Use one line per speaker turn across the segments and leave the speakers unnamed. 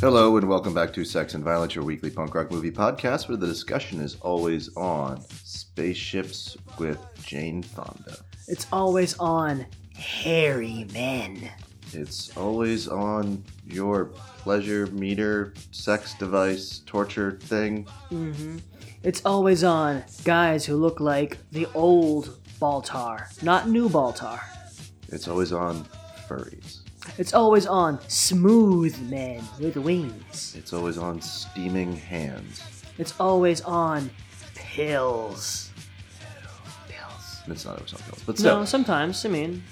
Hello and welcome back to Sex and Violence, your weekly punk rock movie podcast, where the discussion is always on spaceships with Jane Fonda.
It's always on hairy men.
It's always on your pleasure meter, sex device, torture thing.
It's always on guys who look like the old Baltar, not new Baltar.
It's always on furries.
It's always on smooth men with wings.
It's always on steaming hands.
It's always on pills. Pills.
It's not always on pills, but still.
No, sometimes. I mean,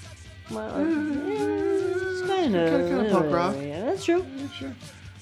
well, it's kind of
Mm. Kinda- kinda punk rock.
Yeah, that's true.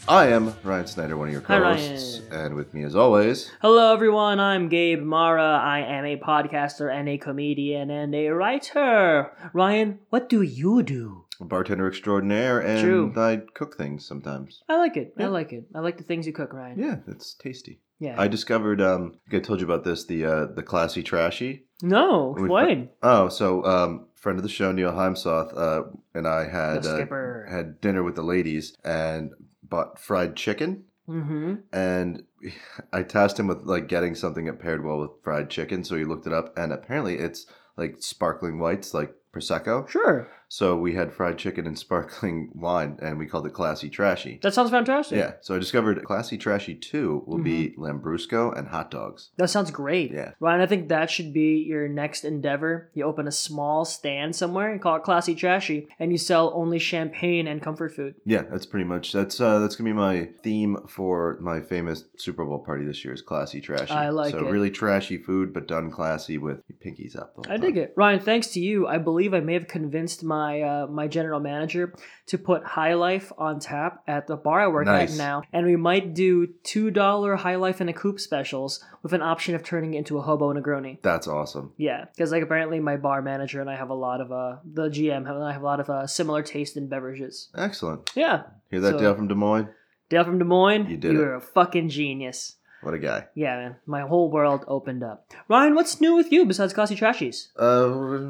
I am Ryan Snyder, one of your
Hi,
co-hosts,
Ryan.
and with me as always,
Hello, everyone. I'm Gabe Mara. I am a podcaster and a comedian and a writer. Ryan, what do you do?
bartender extraordinaire, and
True.
I cook things sometimes.
I like it.
Yeah.
I like it. I like the things you cook, Ryan.
Yeah, it's tasty.
Yeah.
I discovered. Um, I think I told you about this. The uh, the classy trashy.
no,
We've-
Wayne.
Oh, so um, friend of the show Neil Heimsoth uh, and I had
the
uh,
skipper.
had dinner with the ladies and bought fried chicken.
mm-hmm.
And I tasked him with like getting something that paired well with fried chicken. So he looked it up, and apparently it's like sparkling whites, like prosecco.
Sure.
So we had fried chicken and sparkling wine, and we called it classy trashy.
That sounds fantastic. Mm-hmm.
Yeah. So I discovered classy trashy two will be lambrusco and hot dogs.
That sounds great.
Yeah.
Ryan, I think that should be your next endeavor. You open a small stand somewhere and call it Classy Trashy, and you sell only champagne and comfort food.
Yeah, that's pretty much that's uh, that's gonna be my theme for my famous Super Bowl party this year is classy trashy.
I like
so
it.
really trashy food, but done classy with your pinkies up. The whole
I dig
time.
it, Ryan. Thanks to you, I believe I may have convinced my uh, my general manager to put High Life on tap at the bar I work
Nice.
at now, and we might do two dollar High Life and a Coupe specials with an option of turning it into a hobo and a Negroni.
That's awesome.
Yeah, because like apparently my bar manager and I have a lot of uh the GM and I have a lot of uh, similar taste in beverages.
Excellent.
Yeah,
Hear that,
So-
Dale from Des Moines?
Dale from Des Moines,
You did
You're a fucking genius.
What a guy.
Yeah, man, my whole world opened up. Ryan, what's new with you besides classy trashies?
Uh,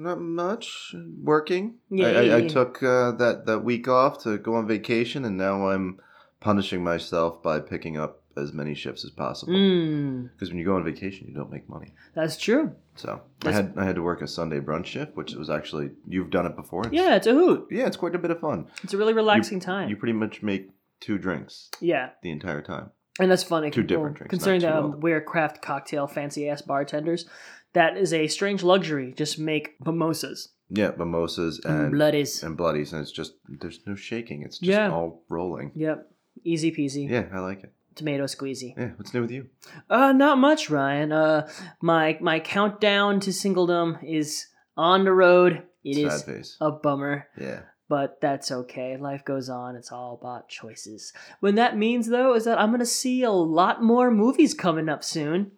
not much. Working.
Yeah,
I,
yeah,
I, I
yeah.
took uh, that that week off to go on vacation, and now I'm punishing myself by picking up as many shifts as possible.
Mmm,
Because when you go on vacation, you don't make money.
that's true.
So I
That's-
had I had to work a Sunday brunch shift, which was actually you've done it before. It's-
Yeah, it's a hoot.
yeah, it's quite a bit of fun.
It's a really relaxing time.
You pretty much make two drinks
yeah,
the entire time.
and that's funny.
Two different drinks,
Considering
not
that
too
um,
old.
we're craft cocktail fancy ass bartenders, that is a strange luxury. Just make mimosas
Yeah, mimosas
and
and
bloodies.
and bloodies, and it's just there's no shaking. It's just
Yeah.
all rolling.
yep, easy peasy.
Yeah, I like it.
Tomato squeezy.
Yeah, what's new with you?
Uh, not much, Ryan. Uh, my my countdown to singledom is on the road. It
Sad
is
face.
a bummer,
Yeah,
but that's okay. Life goes on. It's all about choices. When that means though is that I'm gonna see a lot more movies coming up soon.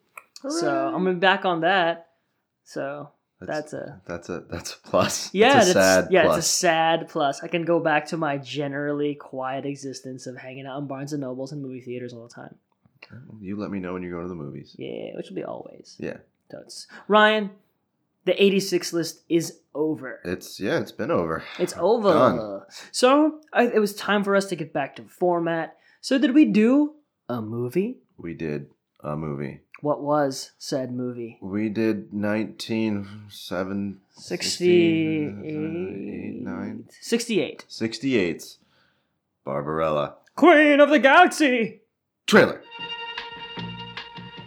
So
Hooray.
I'm gonna be back on that. So that's a
that's a that's a plus.
yeah,
it's a
that's-
sad
yeah,
plus.
it's a sad plus. I can go back to my generally quiet existence of hanging out in Barnes and Nobles and movie theaters all the time.
You let me know when you go to the movies.
Yeah, which will be always.
Yeah,
Totes. Ryan, the 86 list is over.
it's yeah, it's been over.
It's over.
Done.
So I, it was time for us to get back to format. So did we do a movie?
We did a movie.
What was said movie?
We did 19, 7,
68. 68.
68's Barbarella.
Queen of the Galaxy!
Trailer.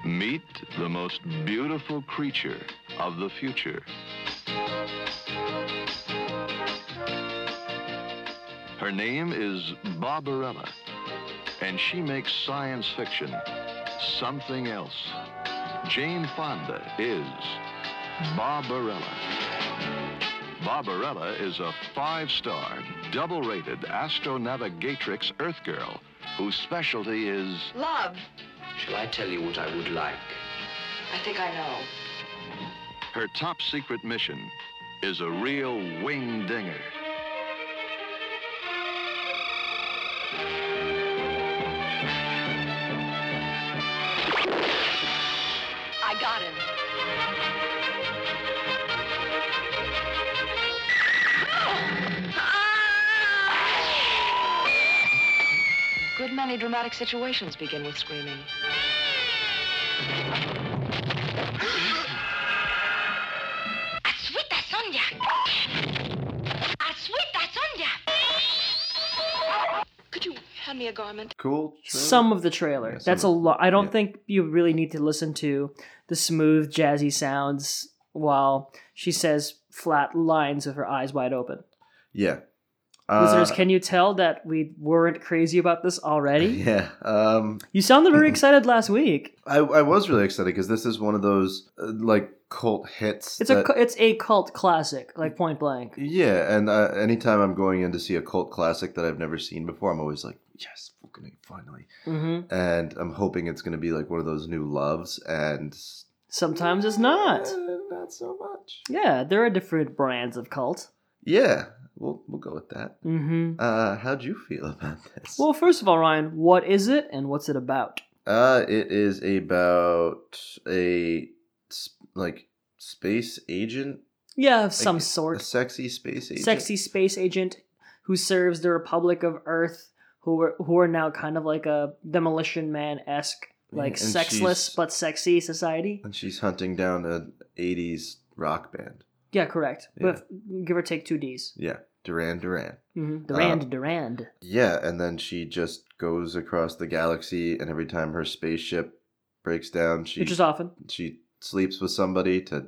Meet the most beautiful creature of the future. Her name is Barbarella, and she makes science fiction something else. Jane Fonda is Barbarella. Barbarella is a five-star, double-rated astronavigatrix Earth girl whose specialty is
Love.
Shall I tell you what I would like?
I think I know.
Her top secret mission is a real wing dinger.
I got him. Good heard many dramatic situations begin with screaming. Aswita Sonia! Aswita Sonia! Could you hand me a garment?
Cool. trailer?
Some of the trailer.
Yeah, some
That's a
of-
lot. I don't
yeah.
think you really need to listen to the smooth, jazzy sounds while she says flat lines with her eyes wide open.
Yeah.
Listeners,
Uh,
can you tell that we weren't crazy about this already?
Yeah. Um,
You sounded very excited last week.
I, I was really excited because this is one of those uh, like cult hits.
It's a
that-
cu- it's a cult classic, like Point Blank.
Yeah, and uh, anytime I'm going in to see a cult classic that I've never seen before, I'm always like, yes, fucking finally.
Mm-hmm.
And I'm hoping it's going to be like one of those new loves, and
Sometimes it's not.
Eh, not so much.
Yeah, there are different brands of cult.
Yeah, we'll we'll go with that.
Mm-hmm.
Uh, how'd you feel about this?
Well, first of all, Ryan, what is it and what's it about?
Uh, it is about a s- like space agent,
Yeah, of some
like, a
sort.
sexy space agent,
Sexy space agent who serves the Republic of Earth, who are, who are now kind of like a demolition man esque, like
Yeah, and
sexless
she's-
but sexy society.
and she's hunting down an '80s rock band.
Yeah, correct.
Yeah.
With give or take two D's.
Yeah, Duran Duran.
Mm-hmm. Durand, Durand.
Yeah, and then she just goes across the galaxy, and every time her spaceship breaks down, she
which is often
she sleeps with somebody to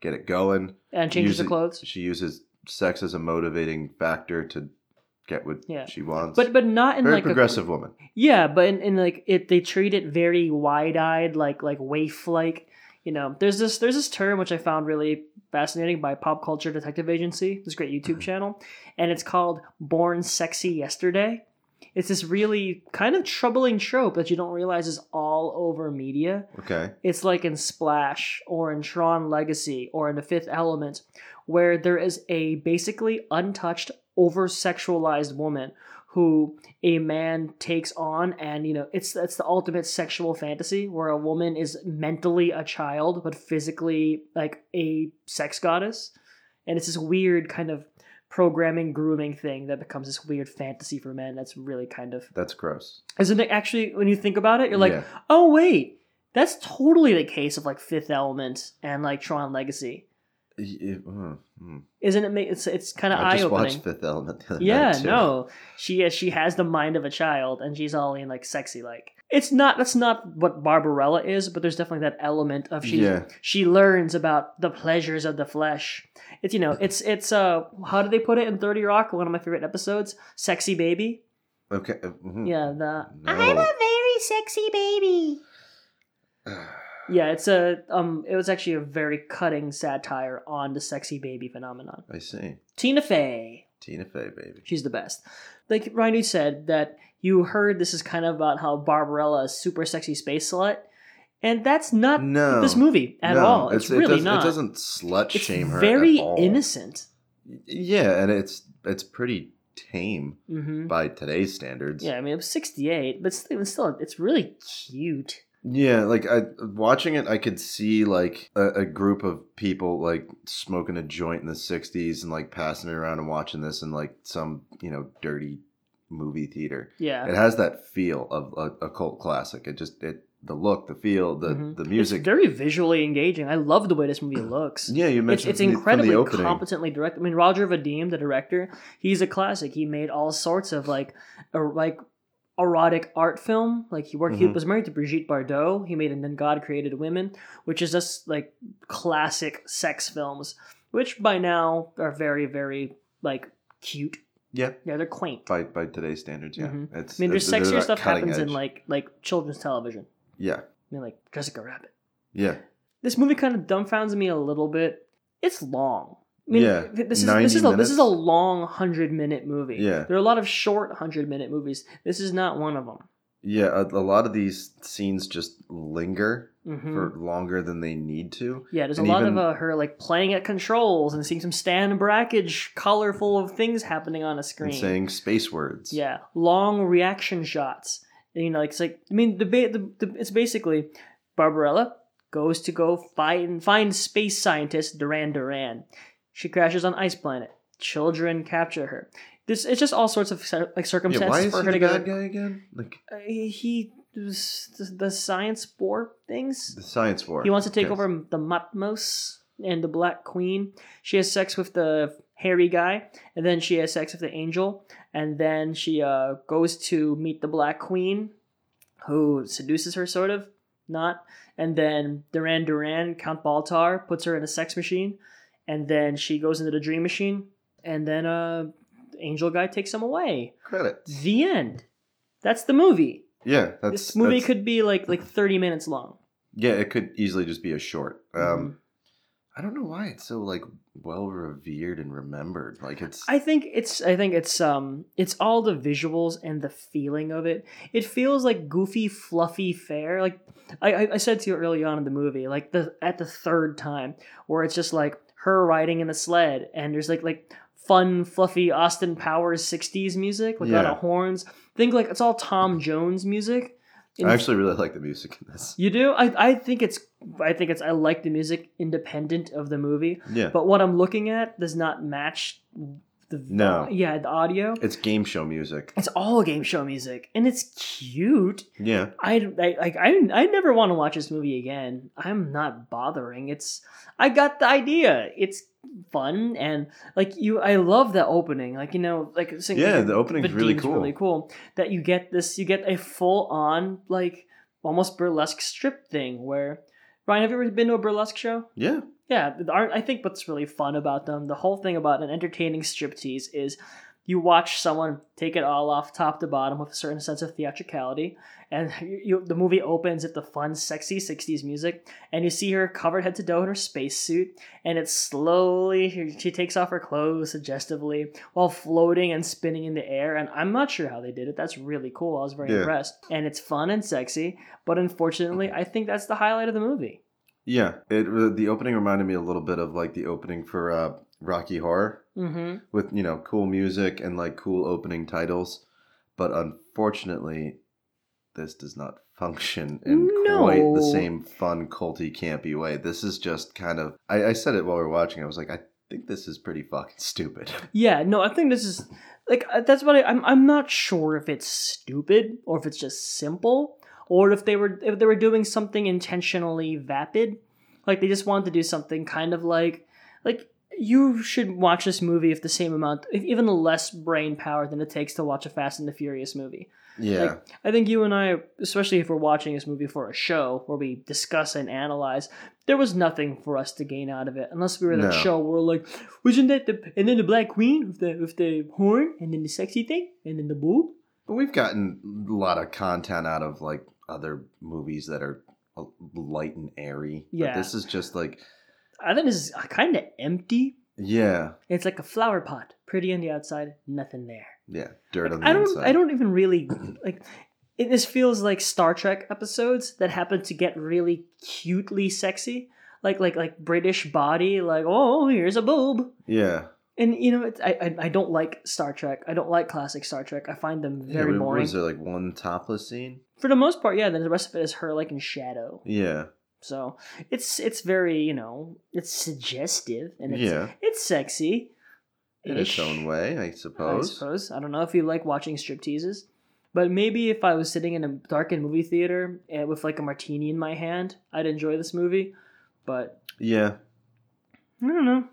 get it going.
and changes her
Usually-
clothes.
She uses sex as a motivating factor to get what
Yeah.
she wants.
but but not in
very
like
progressive woman.
A, yeah, but in, in like it, they treat it very wide eyed, like like waif like. You know, there's this there's this term which I found really fascinating by Pop Culture Detective Agency, this great YouTube channel, and it's called "Born Sexy Yesterday." It's this really kind of troubling trope that you don't realize is all over media.
Okay,
It's like in Splash or in Tron Legacy or in The Fifth Element, where there is a basically untouched, over sexualized woman who a man takes on and you know it's that's the ultimate sexual fantasy where a woman is mentally a child but physically like a sex goddess and it's this weird kind of programming grooming thing that becomes this weird fantasy for men that's really kind of
that's gross.
isn't it actually when you think about it you're like
Yeah.
oh wait that's totally the case of like fifth element and like tron legacy
Y- y- mm, mm.
isn't it ma- it's, it's kind of
I just
eye-opening
watched Fifth Element. The other
yeah
night, too.
no she is she has the mind of a child and she's all in like sexy like it's not that's not what barbarella is but there's definitely that element of she
Yeah.
she learns about the pleasures of the flesh it's you know it's it's uh how do they put it in 30 rock one of my favorite episodes sexy baby
Okay. mhm.
yeah the
No.
very sexy baby Yeah, it's a um it was actually a very cutting satire on the sexy baby phenomenon.
I see.
Tina Fey,
Tina Fey, baby.
she's the best. Like Ryan you said that you heard this is kind of about how Barbarella is super sexy space slut and that's not
No.
this movie at
No,
all. It's, really
it does,
not.
It doesn't slut
it's
shame her. at
very
all.
innocent.
Yeah, and it's it's pretty tame
Mhm.
by today's standards.
Yeah, I mean it was 68, but still, it's still it's really cute.
Yeah, like I watching it, I could see like a, a group of people like smoking a joint in the '60s and like passing it around and watching this in like some you know dirty movie theater.
Yeah.
It has that feel of a, a cult classic. It just it the look, the feel, the
Mhm.
the music.
It's very visually engaging. I love the way this movie looks.
yeah, you
It's,
mentioned
it's
from the- from the
incredibly
opening.
competently directed. I mean, Roger Vadim, the director, he's a classic. He made all sorts of like, er, like erotic art film. Like he worked, he
Mhm.
was married to Brigitte Bardot. He made and then God Created Women, which is just like classic sex films, which by now are very, very like cute.
Yeah,
Yeah, they're quaint. I
by by today's standards, yeah.
Mhm.
It's
mean, there's
it's- they're
sexier
not
stuff
cutting
happens in
edge.
like like children's television.
yeah,
I mean, like Jessica Rabbit.
yeah.
this movie kind of dumbfounds me a little bit. It's long. I mean,
Yeah,
th- this is
90
this is a, this is a
minutes.
long hundred minute movie.
Yeah.
there are a lot of short hundred minute movies. This is not one of them.
Yeah, a, a lot of these scenes just linger
Mhm.
for longer than they need to.
yeah, there's a
and
lot
even-
of uh, her like playing at controls and seeing some Stan Brackage colorful of things happening on a screen.
And saying space words.
Yeah, long reaction shots. And, you know, like it's like I mean, the, ba- the, the it's basically Barbarella goes to go find find space scientist Duran Duran. She crashes on ice planet. Children capture her. This it's just all sorts of cir-
Yeah,
like circumstances
why is
for
he
her to
the
go.
bad guy again? Like
Uh, he was the- the science war things.
the science war.
He wants to take
Okay.
over the Matmos and the Black Queen. She has sex with the hairy guy, and then she has sex with the angel, and then she uh, goes to meet the Black Queen, who seduces her, sort of, not. And then Duran Duran, Count Baltar, puts her in a sex machine, and then she goes into the dream machine, and then uh, angel guy takes him away.
credit.
The end. That's the movie.
Yeah, that's
this movie
that's-
could be like like thirty minutes long.
Yeah, it could easily just be a short. Um, I don't know why it's so like well revered and remembered. Like it's
I think it's I think it's um it's all the visuals and the feeling of it. It feels like goofy, fluffy fare. Like I, I- I said to you early on in the movie, like the at the third time, where it's just like her riding in a sled and there's like like fun, fluffy Austin Powers '60s music, like a lot
Yeah.
of horns. Think like it's all Tom Jones music. in
I actually really like the music in this.
You do? I, I think it's I think it's I like the music independent of the movie,
Yeah,
but what I'm looking at does not match the
No.
yeah the audio.
it's game show music.
It's all game show music, and it's cute.
Yeah,
I I like I I never want to watch this movie again. I'm not bothering. It's I got the idea. It's fun and like you. I love the opening. Like you know, like sing-
Yeah, the opening's really
Vadim's
cool.
Really cool that you get this. You get a full on like almost burlesque strip thing where. Ryan, have you ever been to a burlesque show?
yeah,
Yeah, the art- I think what's really fun about them, the whole thing about an entertaining striptease is you watch someone take it all off top to bottom with a certain sense of theatricality, and you, you, the movie opens at the fun, sexy 60s music, and you see her covered head to toe in her spacesuit, and it's slowly, she takes off her clothes suggestively while floating and spinning in the air, and I'm not sure how they did it. That's really cool. I was very
Yeah.
impressed. And it's fun and sexy, but unfortunately, I think that's the highlight of the movie.
yeah. It uh, the opening reminded me a little bit of like the opening for uh, Rocky Horror
Mm-hmm.
with you know cool music and like cool opening titles, but unfortunately, this does not function in quite
No.
the same fun culty campy way. This is just kind of I, I said it while we were watching. I was like I. think this is pretty fucking stupid.
Yeah, no, I think this is like uh, that's what I, I'm. I'm not sure if it's stupid or if it's just simple or if they were if they were doing something intentionally vapid, like they just wanted to do something kind of like like you should watch this movie if the same amount, if even less brain power than it takes to watch a Fast and the Furious movie.
Yeah.
Like, I think you and I, especially if we're watching this movie for a show where we discuss and analyze, there was nothing for us to gain out of it unless we were in
No.
a show where like, wasn't that the and then the black queen with the with the horn and then the sexy thing and then the boob?
But we've gotten a lot of content out of like other movies that are uh, light and airy. But
Yeah.
this is just like,
I think this is kind of empty.
yeah,
It's like a flower pot, pretty on the outside, nothing there.
yeah, dirt on the
I don't.
inside.
I don't even really like. It, this feels like Star Trek episodes that happen to get really cutely sexy, like like like British body, like oh here's a boob.
Yeah.
And you know, it's, I, I I don't like Star Trek. I don't like classic Star Trek. I find them
yeah,
very
what- what
boring.
Was there like one topless scene?
For the most part, yeah. Then the rest of it is her like in shadow.
Yeah.
So it's it's very you know it's suggestive and it's
yeah.
it's sexy.
In its own way, I suppose.
I suppose. I don't know if you like watching strip teases, but maybe if I was sitting in a darkened movie theater eh, with like a martini in my hand, I'd enjoy this movie. But
Yeah.
I don't know.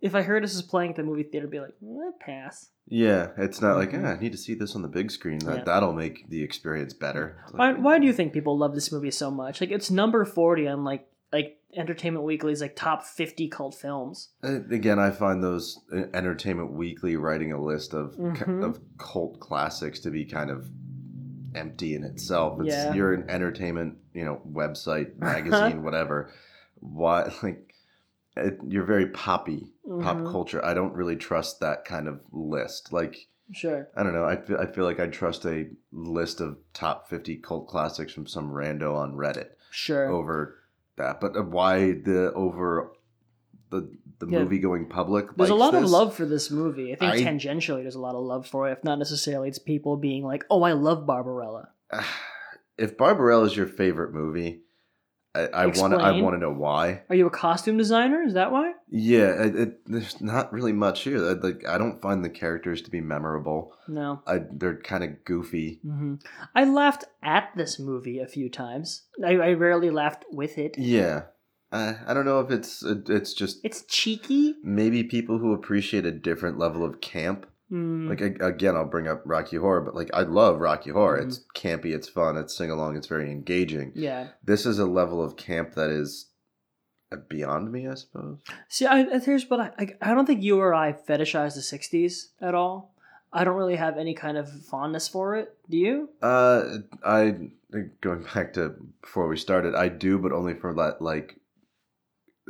If I heard this is playing at the movie theater, I'd be like, eh, pass.
Yeah. It's not like,
Mhm.
ah, I need to see this on the big screen. That,
Yeah.
That'll make the experience better. It's
Why,
like-
why do you think people love this movie so much? Like it's number forty on like like Entertainment Weekly's like top fifty cult films.
Uh, Again, I find those uh, Entertainment Weekly writing a list of
Mhm.
of cult classics to be kind of empty in itself. It's,
Yeah.
You're an entertainment, you know, website, magazine, whatever. Why, like, it, you're very poppy, pop
Mhm.
culture. I don't really trust that kind of list. Like,
Sure.
I don't know. I feel, I feel like I trust a list of top 50 cult classics from some rando on Reddit
Sure.
over that. But uh, why the over the the
Yeah.
movie going public?
There's a
likes
lot of
this?
love for this movie. I think
I-
tangentially there's a lot of love for it, if not necessarily it's people being like, Oh, I love Barbarella.
If Barbarella is your favorite movie, I, I want to. I
Explain.
want to know why.
Are you a costume designer? Is that why?
Yeah, it, it, there's not really much here. I, like I don't find the characters to be memorable.
No.
I, they're kind of goofy.
hmm I laughed at this movie a few times. I, I rarely laughed with it.
Yeah, I, I don't know if it's it, it's just
It's cheeky.
maybe people who appreciate a different level of camp.
Mm,
Like a- again, I'll bring up Rocky Horror, but like I love Rocky Horror.
Mm-hmm.
It's campy, it's fun, it's sing along, it's very engaging.
yeah.
This is a level of camp that is uh, beyond me, I suppose.
See, I, I- here's what I, I I don't think you or I fetishize the '60s at all. I don't really have any kind of fondness for it. Do you?
Uh, I going back to before we started. I do, but only for that like,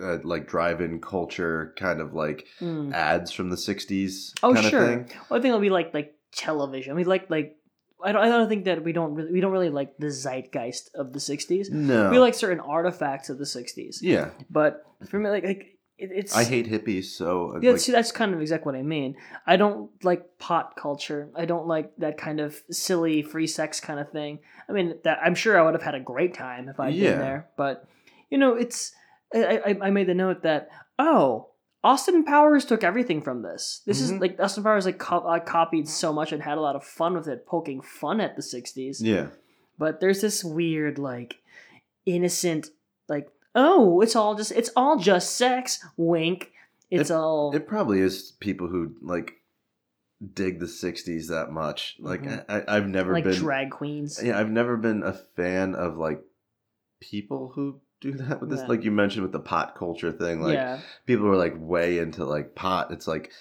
uh, like drive-in culture kind of like
Mm.
ads from the '60s.
Oh,
kind
sure.
Of thing.
Well, I think it'll be like like television. We like like I don't I don't think that we don't really, we don't really like the zeitgeist of the '60s.
No,
We like certain artifacts of the '60s.
yeah.
But for me, like like it, it's
I hate hippies, so uh,
Yeah,
like,
see, that's kind of exactly what I mean. I don't like pot culture. I don't like that kind of silly free sex kind of thing. I mean, that I'm sure I would have had a great time if I'd
Yeah.
been there. But you know, it's I, I I made the note that oh, Austin Powers took everything from this. This
Mhm.
is like Austin Powers like co- uh, copied so much and had a lot of fun with it, poking fun at the '60s.
yeah.
But there's this weird like innocent like oh, it's all just it's all just sex. Wink. It's all
It probably is people who like dig the '60s that much. Like
Mhm.
I, I, I've never
like
been.
drag queens.
yeah, I've never been a fan of like people who do that with this.
Yeah.
Like you mentioned with the pot culture thing, like.
yeah,
people are like way into like pot. It's like,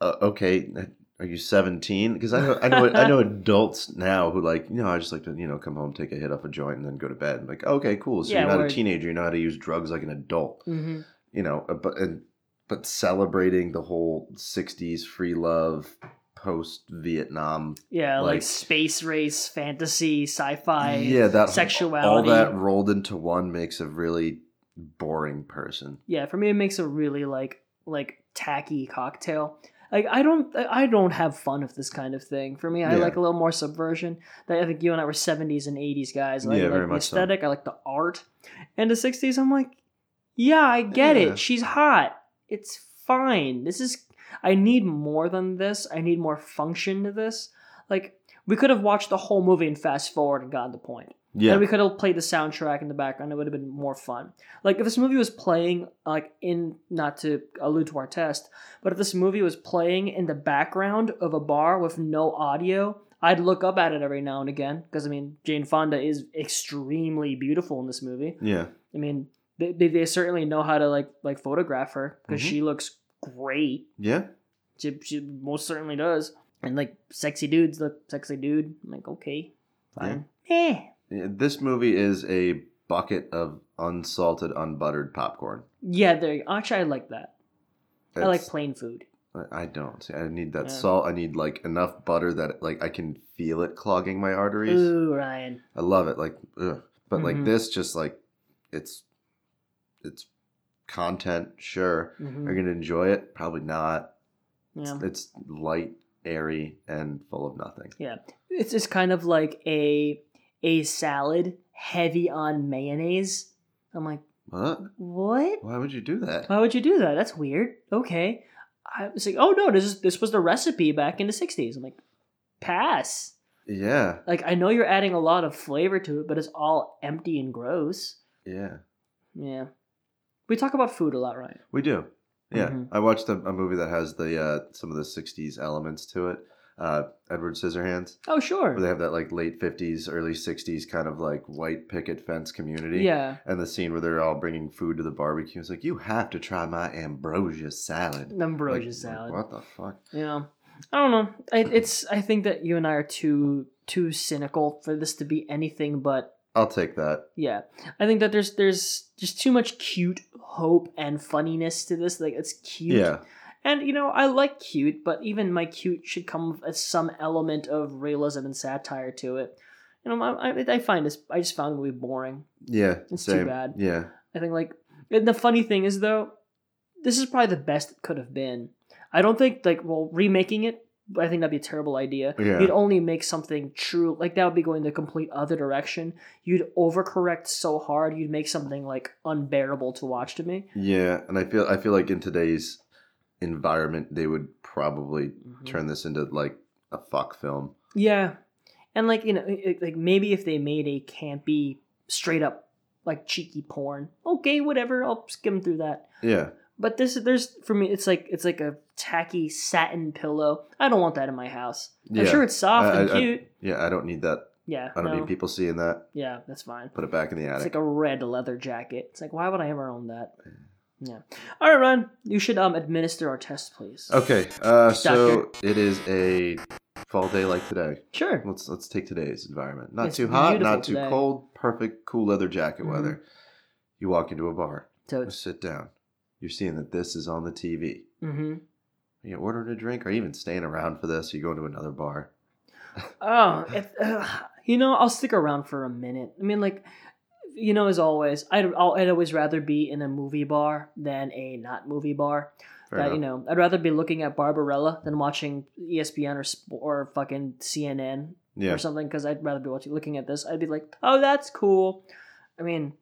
uh, okay, are you seventeen? Because I know I know I know adults now who like you know I just like to you know come home, take a hit off a joint, and then go to bed. And like okay, cool. So
Yeah,
you're not
word.
a teenager. You know how to use drugs like an adult.
hmm
You know, uh, but and, but celebrating the whole '60s free love post Vietnam.
yeah, like,
Like-
space race, fantasy, sci-fi.
Yeah, that all
sexuality.
that rolled into one makes a really boring person.
yeah. For me, it makes a really like like tacky cocktail. Like I don't I don't have fun with this kind of thing. For me, I
Yeah.
like a little more subversion. That I think you and I were seventies and eighties guys. Like,
Yeah,
I like
very
the
much so.
aesthetic. I like the art. And the sixties, I'm like, yeah, I get
Yeah.
it. She's hot. It's fine. This is. I need more than this. I need more function to this. Like we could have watched the whole movie and fast forward and gotten the point.
Yeah,
And we could have played the soundtrack in the background. It would have been more fun. Like if this movie was playing, like in not to allude to our test, but if this movie was playing in the background of a bar with no audio, I'd look up at it every now and again because I mean Jane Fonda is extremely beautiful in this movie.
yeah.
I mean they, they, they certainly know how to like like photograph her because
Mhm.
she looks great.
Yeah,
She, she most certainly does. And like sexy dudes look sexy dude. I'm like okay, fine. Eh.
Yeah, This movie is a bucket of unsalted, unbuttered popcorn.
Yeah, there. you- Actually, I like that. I like
It's-
plain food.
I I don't. See, I need that
Yeah.
salt. I need like enough butter that like I can feel it clogging my arteries.
Ooh, Ryan.
I love it. Like, ugh. but like
Mhm.
this, just like it's it's content. Sure,
Mhm.
are you gonna enjoy it? Probably not.
Yeah.
It's light, airy, and full of nothing.
It's just kind of like a a salad heavy on mayonnaise. I'm like,
What?
what?
Why would you do that?
Why would you do that? That's weird. Okay. I was like, oh no, this is, this was the recipe back in the '60s. I'm like, pass.
Yeah,
Like, I know you're adding a lot of flavor to it, but it's all empty and gross.
yeah.
Yeah. We talk about food a lot, Ryan.
We do. Yeah,
Mhm.
I watched a, a movie that has the uh, some of the '60s elements to it. Uh, Edward Scissorhands,
Oh, sure.
where they have that like late '50s, early '60s kind of like white picket fence community.
yeah.
And the scene where they're all bringing food to the barbecue, it's like you have to try my ambrosia salad.
Ambrosia
Like,
salad.
What the fuck?
Yeah, I don't know. I, it's I think that you and I are too too cynical for this to be anything but
I'll take that.
yeah. I think that there's there's just too much cute hope and funniness to this. Like it's cute.
Yeah,
And you know I like cute, but even my cute should come with some element of realism and satire to it. You know, I, I, I find this. I just found the movie boring.
yeah.
It's too
same.
bad.
Yeah,
I think like and the funny thing is though, this is probably the best it could have been. I don't think like well remaking it I think that'd be a terrible idea.
Yeah.
You'd only make something true like that would be going the complete other direction. You'd overcorrect so hard, you'd make something like unbearable to watch to me.
Yeah, and I feel I feel like in today's environment, they would probably
Mm-hmm.
turn this into like a fuck film.
Yeah, and like you know, it- it- like maybe if they made a campy, straight up like cheeky porn, okay, whatever, I'll skim through that.
Yeah,
But this, there's for me, it's like it's like a tacky satin pillow. I don't want that in my house.
Yeah.
I'm sure it's soft
I-
and
I- I-
cute.
yeah. I don't need that.
yeah,
I don't
no.
need people seeing that.
Yeah, that's fine.
Put it back in the
It's
attic.
like a red leather jacket. It's like why would I ever own that? Yeah. All right, Ron, you should um administer our test, please.
okay, uh, so it is a fall day like today.
Sure.
Let's let's take today's environment. Not
It's
too hot,
beautiful
not too
today.
cold. Perfect cool leather jacket
Mhm.
weather. You walk into a bar.
So,
You sit down. You're seeing that this is on the TV.
mm-hmm.
Are you ordering a drink? Are you even staying around for this? Are you going to another bar?
Oh, if, uh, you know, I'll stick around for a minute. I mean, like, you know, as always, I'd I'll, I'd always rather be in a movie bar than a not movie bar.
Fair
that
enough.
you know, I'd rather be looking at Barbarella than watching E ESPN or sp- or fucking CNN
yeah.
or something. Because I'd rather be watching, looking at this. I'd be like, oh, that's cool. I mean,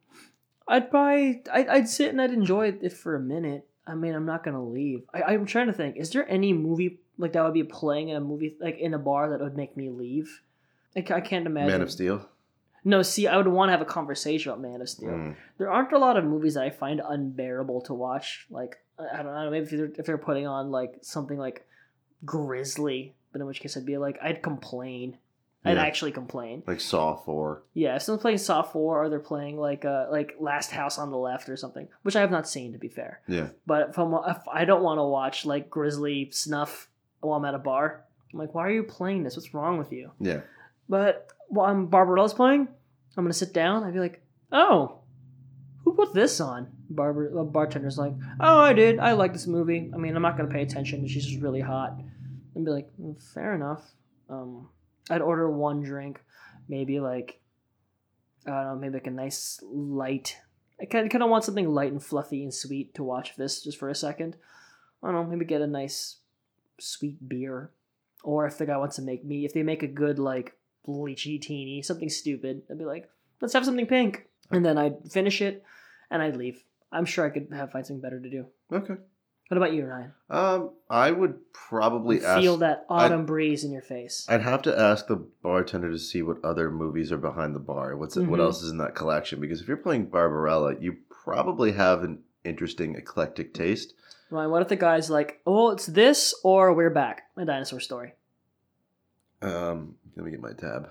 I'd probably I'd, I'd sit and I'd enjoy it for a minute. I mean, I'm not gonna leave. I, I'm trying to think. Is there any movie like that would be playing in a movie like in a bar that would make me leave? I, ca- I can't imagine.
Man of Steel.
No, see, I would want to have a conversation about Man of Steel.
Mm.
There aren't a lot of movies that I find unbearable to watch. Like I I don't know, maybe if they're, if they're putting on like something like Grizzly, but in which case I'd be like, I'd complain. I'd
Yeah.
actually complain.
Like Saw Four.
Yeah, if someone's playing Saw Four, or they're playing like uh like Last House on the Left or something, which I have not seen to be fair.
Yeah.
But if, I'm, if I don't want to watch like Grizzly Snuff while I'm at a bar, I'm like, why are you playing this? What's wrong with you?
Yeah.
But while I'm Barbarella's playing, I'm gonna sit down. I'd be like, oh, who put this on? Barber, the bartender's like, oh, I did. I like this movie. I mean, I'm not gonna pay attention. She's just really hot. And be like, "Mm, fair enough. Um, I'd order one drink, maybe like, I don't know, maybe like a nice light. I kind of want something light and fluffy and sweet to watch this just for a second. I don't know, maybe get a nice sweet beer, or if the guy wants to make me, if they make a good like lychee teeny, something stupid. I'd be like, let's have something pink. And then I'd finish it and I'd leave. I'm sure I could have find something better to do.
Okay.
What about you, Ryan?
Um, I would probably ask.
Feel that autumn breeze in your face.
I'd have to ask the bartender to see what other movies are behind the bar. What's what
Mhm.
else is in that collection? Because if you're playing Barbarella, you probably have an interesting eclectic taste.
Ryan, what if the guy's like, oh, it's this or we're back? A dinosaur story.
Um, let me get my tab.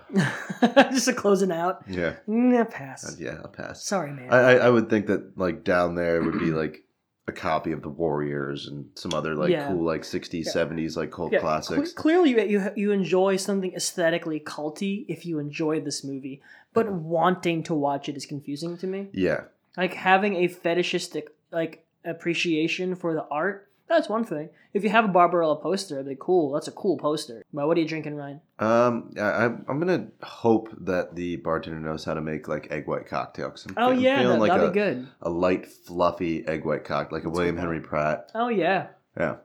Just a closing out.
Yeah.
Nah, pass.
Uh, yeah, I'll pass.
Sorry, man.
I, I I would think that like down there would be like a copy of the Warriors and some other like
Yeah.
cool like 60s,
Yeah.
70s like cult
Yeah,
classics.
cle- clearly, you, you you enjoy something aesthetically culty if you enjoy this movie, but wanting to watch it is confusing to me.
yeah.
like having a fetishistic like appreciation for the art that's one thing if you have a barbarella poster it'd be cool that's a cool poster but what are you drinking ryan
Um, I, I'm I'm gonna hope that the bartender knows how to make like egg white cocktails. I'm
oh
fe- I'm
yeah
feeling
that,
like
that'd
a,
be good
a light, fluffy egg white cocktail, like a
That's
William
good.
Henry Pratt.
oh yeah
Yeah,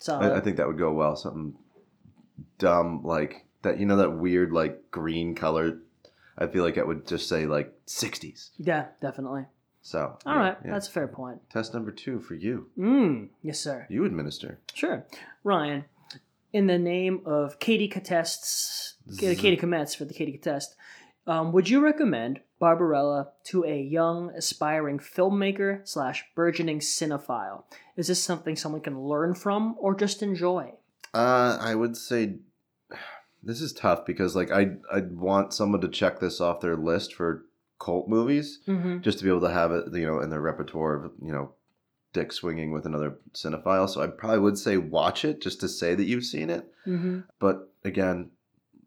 solid
I, I think that would go well. Something dumb like that. You know that weird like green color. I feel like I would just say like 60s.
yeah definitely
So
All right,
yeah, yeah.
that's a fair point
test number two for you.
mm yes sir
You administer.
sure ryan in the name of katie Katest's,
Z-
katie Kometz for the katie Katest, um, would you recommend barbarella to a young aspiring filmmaker slash burgeoning cinephile is this something someone can learn from or just enjoy
Uh, I would say this is tough because like I I'd want someone to check this off their list for cult movies.
mm-hmm.
just to be able to have it, you know, in their repertoire of, you know, dick swinging with another cinephile. So I probably would say watch it just to say that you've seen it.
Mm-hmm.
But again,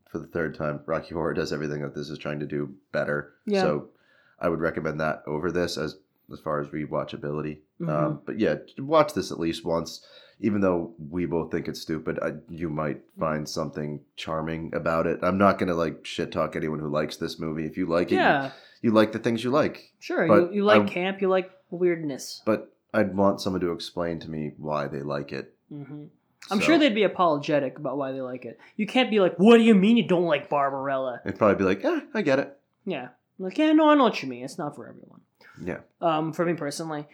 for the third time, Rocky Horror does everything that this is trying to do better.
Yeah.
So I would recommend that over this as as far as rewatchability.
Mhm.
Um, but yeah, watch this at least once. Even though we both think it's stupid, I, you might
Mm-hmm.
find something charming about it. I'm not gonna like shit talk anyone who likes this movie. If you like it, you-
yeah
you like the things you like
sure
but
you, you like
I-
camp you like weirdness
but I'd want someone to explain to me why they like it.
mm-hmm. I'm
So,
sure they'd be apologetic about why they like it. You can't be like, what do you mean you don't like Barbarella?
They'd probably be like, yeah, I get it.
Yeah. Like, yeah, no, I know what you mean. It's not for everyone.
Yeah.
Um, for me personally,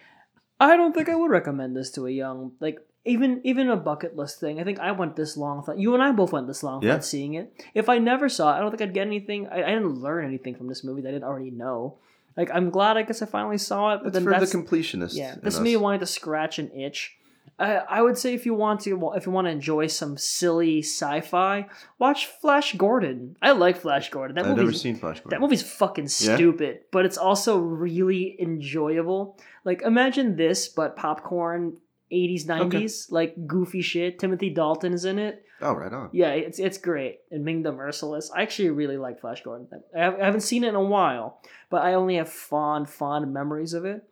I don't think I would recommend this to a young like even even a bucket list thing. I think I went this long without you and I both went this long
Yeah.
without seeing it. If I never saw it, I don't think I'd get anything. I, I didn't learn anything from this movie that I didn't already know. Like I'm glad I guess I finally saw it, but
It's
then
for
that's
the completionist.
yeah,
in
that's
us.
me wanting to scratch an itch. I, I would say if you want to, if you want to enjoy some silly sci-fi, watch Flash Gordon. I like Flash Gordon. That
I've never
movie's
seen Flash Gordon.
that movie's fucking
Yeah?
stupid, but it's also really enjoyable. Like imagine this, but popcorn, eighties, nineties, like goofy shit. Timothy Dalton is in it.
Oh, right on.
Yeah, it's it's great. And Ming the Merciless. I actually really like Flash Gordon. I hav- I haven't seen it in a while, but I only have fond fond memories of it.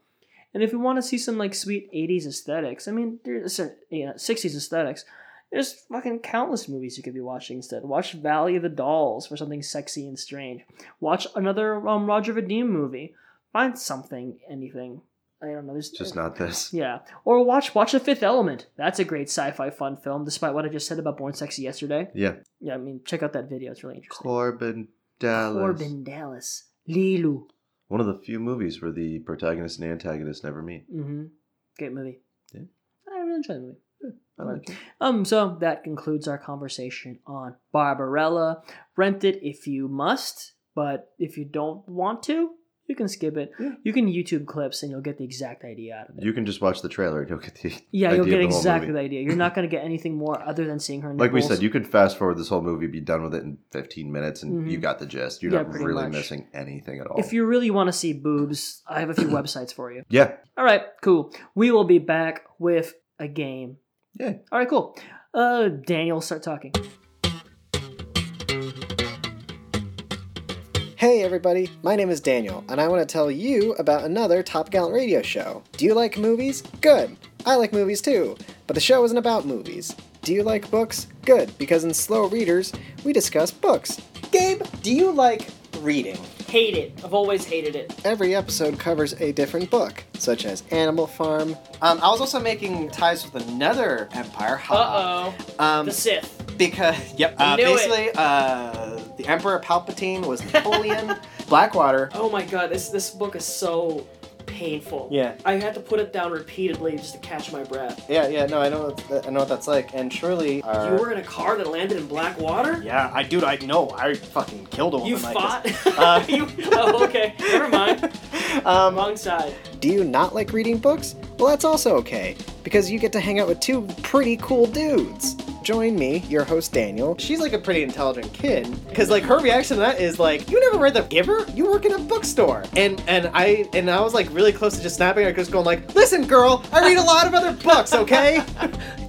And if you want to see some like sweet '80s aesthetics, I mean, there's uh, you know, '60s aesthetics. There's fucking countless movies you could be watching instead. Watch Valley of the Dolls for something sexy and strange. Watch another um, Roger Vadim movie. Find something, anything. I don't know. There's uh,
Just not this.
yeah, or watch watch The Fifth Element. That's a great sci-fi fun film, despite what I just said about Born Sexy yesterday.
Yeah.
Yeah, I mean, check out that video; it's really interesting.
Corbin Dallas.
Corbin Dallas, Lilu.
One of the few movies where the protagonist and antagonist never meet.
Mm-hmm. Great movie.
Yeah.
I really enjoyed the movie.
I like it.
Um, so that concludes our conversation on Barbarella. Rent it if you must, but if you don't want to, you can skip it.
Yeah.
You can YouTube clips, and you'll get the exact idea out of it.
You can just watch the trailer and you'll get the
yeah, you'll
idea of
get
the whole
exactly
movie.
the idea. You're not going to get anything more other than seeing her.
Like we
nipples.
said, you could fast forward this whole movie, be done with it in 15 minutes, and
Mhm.
you got the gist. You're
Yeah,
not
pretty
really
much.
missing anything at all.
If you really want to see boobs, I have a few websites for you.
yeah,
All right, cool. We will be back with a game.
yeah.
All right, cool. Uh, Daniel, start talking.
Hey everybody, my name is Daniel, and I want to tell you about another Top Gallant radio show. Do you like movies? Good! I like movies too, but the show isn't about movies. Do you like books? Good, because in Slow Readers, we discuss books. Gabe, do you like reading?
Hate it. I've always hated it.
Every episode covers a different book, such as Animal Farm. Um, I was also making ties with another empire.
Ah.
Um,
Sith.
because yep, uh,
knew it.
basically, uh, the Emperor Palpatine was Napoleon. Blackwater.
Oh my god, this this book is so painful.
Yeah.
I had to put it down repeatedly just to catch my breath.
Yeah, yeah, no, I know, what th- I know what that's like, and surely. Our...
in a car that landed in black water.
Yeah, I dude, I know, I fucking killed a woman like
Oh Uh, you, oh, okay. Never mind.
this. Um,
Wrong side.
do you not like reading books? Well, that's also okay because you get to hang out with two pretty cool dudes. Join me, your host Daniel. She's like a pretty intelligent kid because like her reaction to that is like, "You never read The Giver? You work in a bookstore." And and I and I was like really close to just snapping at her, just going like, "Listen, girl, I read a lot of other books, okay?"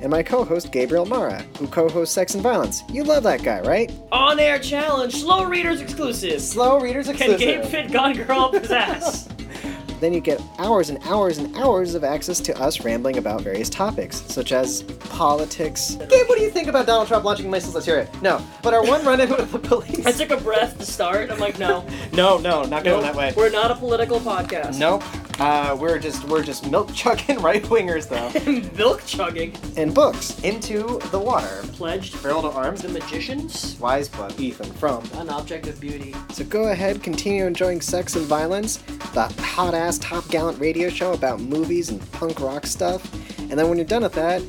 and my co-host Gabriel Mara, who co-hosts Sex and Violence. You love that guy, right?
On air challenge, slow readers exclusive.
Slow readers
Can
exclusive.
Gabe fit Gone Girl up his ass?
Then you get hours and hours and hours of access to us rambling about various topics, such as politics. Gabe, what do you think about Donald Trump launching missiles? Let's hear it. No, but our one run-in with the
I
police.
took a breath to start. I'm like, no,
No, no, not
no,
going that way.
we're not a political podcast.
Nope. Uh, we're just we're just milk chugging right wingers though.
Milk chugging.
and books into the water.
Pledged.
Feral to arms.
The magicians.
Wise book. Ethan from.
An object of beauty.
So go ahead, continue enjoying Sex and Violence, the hot ass Top Gallant radio show about movies and punk rock stuff. And then when you're done with that,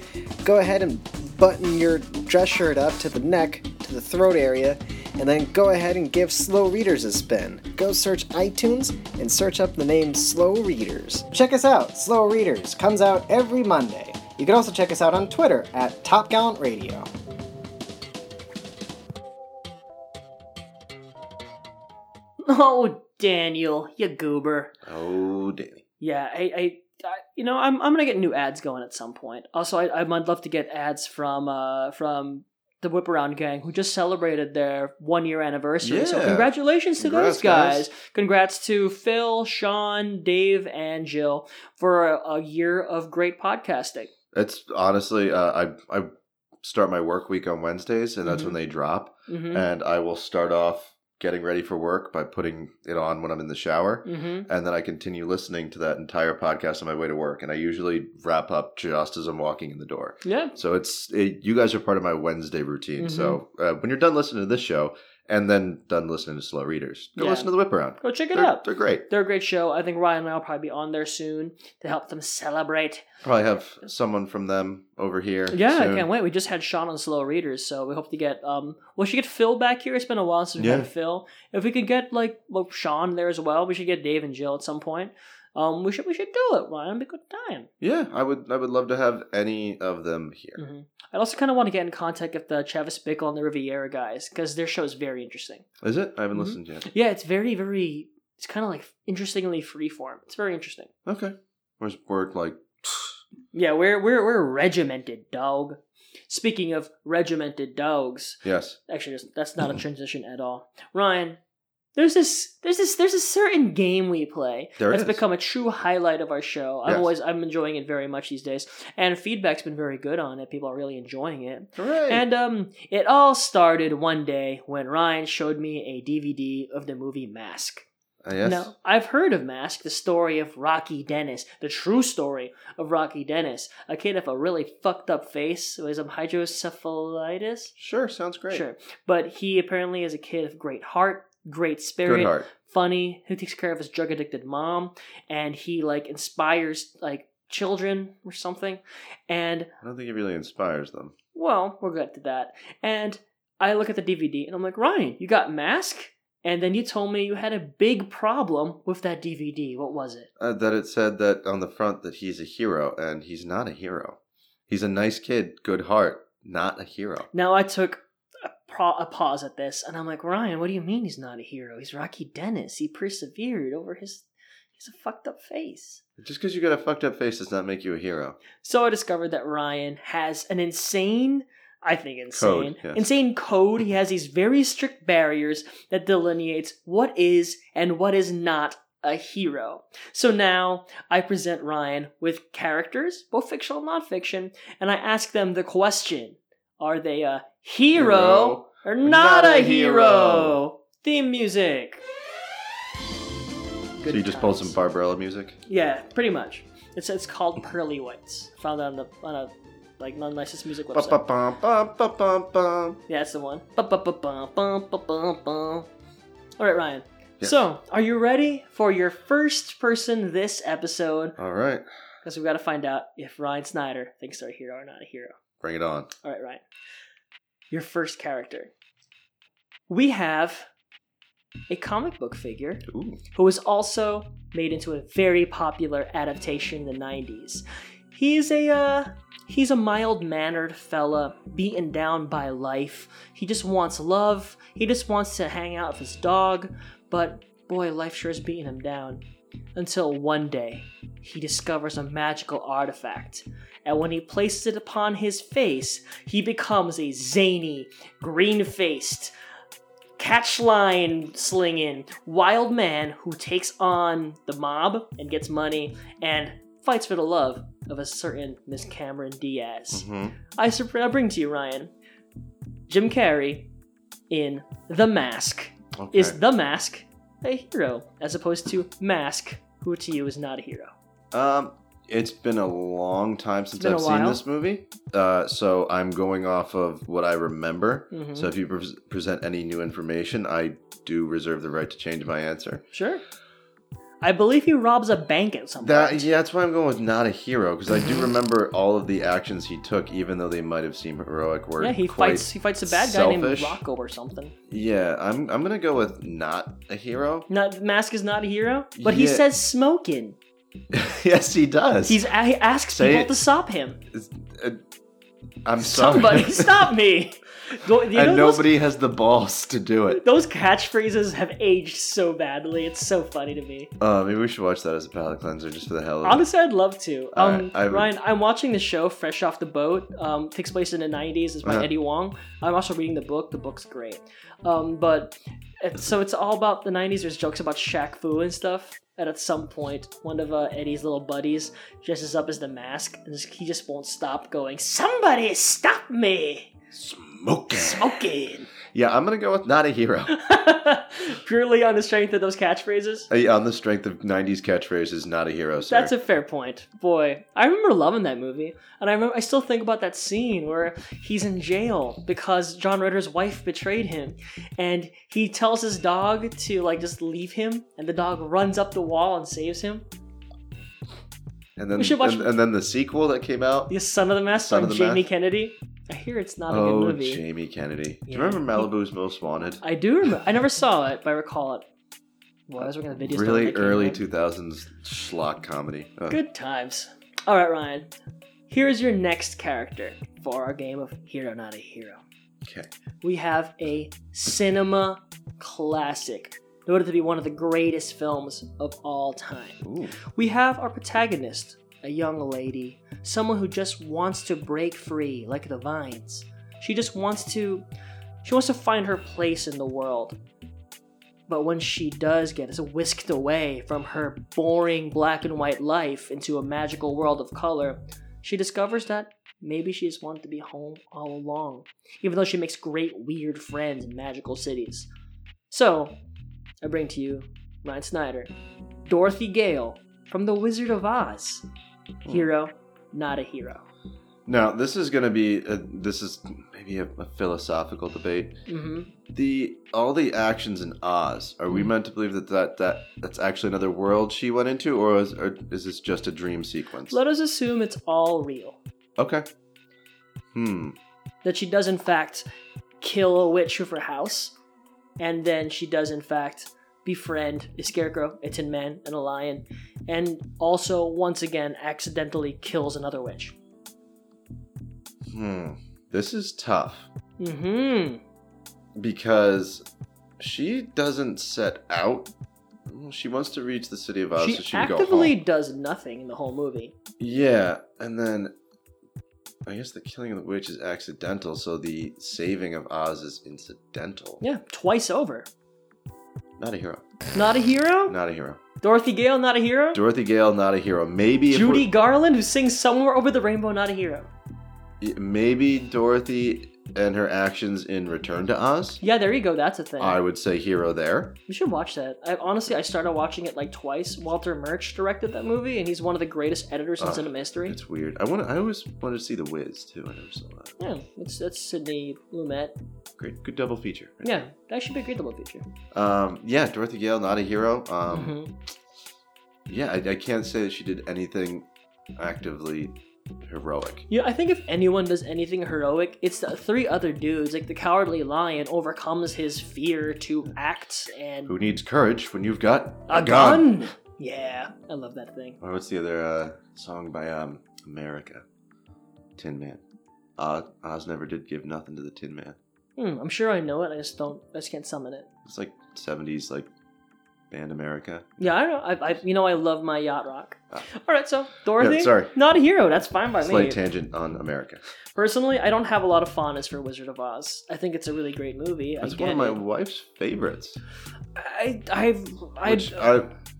go ahead and button your dress shirt up to the neck, to the throat area, and then go ahead and give Slow Readers a spin. Go search iTunes and search up the name Slow Readers. Check us out, Slow Readers comes out every Monday. You can also check us out on Twitter at Top Gallant Radio.
Oh, Daniel, you goober.
Oh, Danny.
Yeah, I, I, I you know, I'm, I'm gonna get new ads going at some point. Also, I, I'd love to get ads from, uh, from the Whip Around Gang, who just celebrated their one year anniversary. So
Yeah.
congratulations to
Congrats,
those guys.
guys.
Congrats to Phil, Sean, Dave, and Jill for a, a year of great podcasting.
It's honestly, uh, I I start my work week on Wednesdays, and that's when they drop.
Mm-hmm.
And I will start off getting ready for work by putting it on when I'm in the shower.
Mm-hmm.
And then I continue listening to that entire podcast on my way to work. And I usually wrap up just as I'm walking in the door.
Yeah.
So it's, it, you guys are part of my Wednesday routine. So uh,
Mm-hmm.
when you're done listening to this show and then done listening to Slow Readers, go
Yeah.
listen to The Whip Around.
Go check it
They're,
out.
they're great.
They're a great show. I think Ryan and I will probably be on there soon to help them celebrate.
Probably have someone from them over here.
Yeah, I
soon.
can't wait. We just had Sean on Slow Readers, so we hope to get um we should get Phil back here. It's been a while since we
Yeah.
had Phil. If we could get like well, Sean there as well, we should get Dave and Jill at some point. Um we should we should do it, Ryan. It'd be a good time.
Yeah, I would. I would love to have any of them here.
hmm I also kind of want to get in contact with the Travis Bickle and the Riviera guys because their show is very interesting.
Is it? I haven't
Mhm.
listened yet.
Yeah, it's very very. It's kind of like interestingly freeform. It's very interesting.
Okay. Where's work? Like,
Yeah, we're we're we're regimented, dog. Speaking of regimented dogs,
yes.
actually that's- that's not a transition at all ryan there's this there's this there's a certain game we play
There
that's
is.
become a true highlight of our show i'm
Yes.
always i'm enjoying it very much these days and feedback's been very good on it people are really enjoying it
Hooray!
and um it all started one day when ryan showed me a dvd of the movie mask
Uh, yes.
no, I've heard of Mask, the story of Rocky Dennis, the true story of Rocky Dennis, a kid with a really fucked up face who has um, hydrocephalitis.
Sure. Sounds great.
Sure. But he apparently is a kid of great heart, great spirit,
Good heart.
funny, who takes care of his drug addicted mom, and he like inspires like children or something. And
I don't think it really inspires them.
well, we'll get to that. And I look at the DVD and I'm like, Ryan, you got mask? And then you told me you had a big problem with that DVD. What was it?
Uh, that it said that on the front that he's a hero, and he's not a hero. He's a nice kid, good heart, not a hero.
Now I took a, pro- a pause at this, and I'm like, Ryan, what do you mean he's not a hero? He's Rocky Dennis. He persevered over his he's a fucked up face.
Just because you got a fucked up face does not make you a hero.
So I discovered that Ryan has an insane, I think insane,
Code, yes.
insane code. He has these very strict barriers that delineates what is and what is not a hero. So now I present Ryan with characters, both fictional and nonfiction, and I ask them the question: Are they a hero,
Hero
or not, a hero? Theme music.
so you just pulled some Barbarella music.
Yeah, pretty much. It's it's called Pearly Whites. Found on the on a like non licensed music website.
Ba-ba-bum, ba-ba-bum, bum.
Yeah, that's the one. All right, Ryan.
Yes.
So, are you ready for your first person this episode?
All right,
Because we've got to find out if Ryan Snyder thinks they're a hero or not a hero.
bring it on.
All right, Ryan. Your first character. We have a comic book figure
Ooh.
who was also made into a very popular adaptation in the 90s. He's a uh, he's a mild-mannered fella, beaten down by life. He just wants love. He just wants to hang out with his dog, but boy, life sure is beating him down. Until one day, he discovers a magical artifact, and when he places it upon his face, he becomes a zany, green-faced, catchline slinging wild man who takes on the mob and gets money and fights for the love of a certain Miss Cameron Diaz.
hmm
I, sur- I bring to you, Ryan, Jim Carrey in The Mask.
Okay.
Is The Mask a hero as opposed to Mask, who to you is not a hero?
Um, it's been a long time since
been a
I've seen
while.
this movie, uh, so I'm going off of what I remember.
Mhm.
So if you pres present any new information, I do reserve the right to change my answer.
Sure. I believe he robs a bank at some
That
point.
yeah, that's why I'm going with not a hero because I do remember all of the actions he took, even though they might have seemed heroic. Were
Yeah, he
quite-
fights. He fights a bad guy named
selfish.
Rocco or something.
Yeah, I'm I'm gonna go with not a hero.
Not mask is not a hero, but he
Yeah.
says smoking.
yes, he does.
He's he asks
Say
people
it.
to stop him.
I'm sorry.
Somebody stop me! Go- You know,
and
those-
nobody has the balls to do it.
those, catchphrases have aged so badly. It's so funny to me.
Uh, maybe we should watch that as a palate cleanser just for the hell of it.
Honestly, I'd love to.
All
Um,
right, I would-
Ryan, I'm watching the show Fresh Off the Boat. Um, takes place in the 90s. It's by
Uh-huh.
Eddie Wong. I'm also reading the book. The book's great. Um, but it, so it's all about the 90s. There's jokes about Shaq Fu and stuff. And at some point, one of uh, Eddie's little buddies dresses up as the mask, and just- he just won't stop going. Somebody stop me!
Smoking.
Smoking.
Yeah, I'm gonna go with not a hero.
Purely on the strength of those catchphrases.
Uh, yeah, on the strength of '90s catchphrases, not a hero. Sir.
That's a fair point. Boy, I remember loving that movie. And I remember I still think about that scene where he's in jail because John Ritter's wife betrayed him. And he tells his dog to like just leave him and the dog runs up the wall and saves him.
and then
we should watch-
and, and then the sequel that came out.
The son of the mess
Son
from
of the
Jamie
Meth.
Kennedy. I hear it's not a
oh,
good movie.
Jamie Kennedy. Do you
Yeah.
remember Malibu's Most Wanted?
I do remember. I never saw it, but I recall it. Boy, I was working the videos.
Really early
two.
2000s schlock comedy. Uh,
Good times. All right, Ryan. Here's your next character for our game of Hero Not a Hero.
Okay.
We have a cinema classic, noted to be one of the greatest films of all time.
Ooh.
We have our protagonist, a young lady, someone who just wants to break free like the vines. She just wants to she wants to find her place in the world. But when she does get is whisked away from her boring black and white life into a magical world of color, she discovers that maybe she just wanted to be home all along, even though she makes great weird friends in magical cities. So, I bring to you Ryan Snyder, Dorothy Gale from The Wizard of Oz.
Hmm.
Hero, not a hero.
Now this is gonna be a, this is maybe a, a philosophical debate.
hmm
Mm-hmm. The all the actions in Oz are
Mm.
we meant to believe that that, that that's actually another world she went into, or is, or is this just a dream sequence?
Let us assume it's all real.
okay. Hmm.
That she does, in fact, kill a witch of her house, and then she does, in fact, befriend a scarecrow, a tin man, and a lion, and also, once again, accidentally kills another witch.
Hmm. This is tough
hmm.
because she doesn't set out. She wants to reach the city of Oz,
She,
so she can go
actively
home.
does nothing in the whole movie.
Yeah, and then I guess the killing of the witch is accidental, so the saving of Oz is incidental.
Yeah, twice over.
Not a hero.
Not a hero?
Not a hero.
Dorothy Gale, not a hero?
Dorothy Gale, not a hero. Maybe if
Judy
we're-
Garland, who sings Somewhere Over the Rainbow, not a hero.
maybe Dorothy and her actions in Return to Oz.
Yeah, there you go. That's a thing.
I would say hero there.
we should watch that. I honestly, I started watching it like twice. Walter Murch directed that movie, and he's one of the greatest editors in
Ugh,
cinema history.
Uh, It's weird. I want. I always wanted to see The Wiz too. I never saw that.
Yeah, it's that's Sidney Lumet.
Great, good double feature. right
Yeah, that should be a great double feature.
there. Um. Yeah, Dorothy Gale, not a hero. Um.
Mhm.
Yeah, I, I can't say that she did anything actively heroic.
Yeah, I think if anyone does anything heroic, it's the three other dudes. Like the cowardly lion overcomes his fear to act and
Who needs courage when you've got
a gun. Yeah, I love that thing.
Or what's the other uh, song by um, America? Tin Man. Oz, Oz never did give nothing to the Tin Man.
Hmm, I'm sure I know it. I just don't. I just can't summon it.
It's like '70s, like band America.
Yeah, I know. I, I you know I love my yacht rock.
Ah.
All right, so Dorothy,
Yeah, sorry.
not a hero. That's fine by me.
Slight tangent on America.
Personally, I don't have a lot of fondness for Wizard of Oz. I think it's a really great movie. I
That's
get
one of my
it.
wife's favorites.
I I've I, uh,
Which I,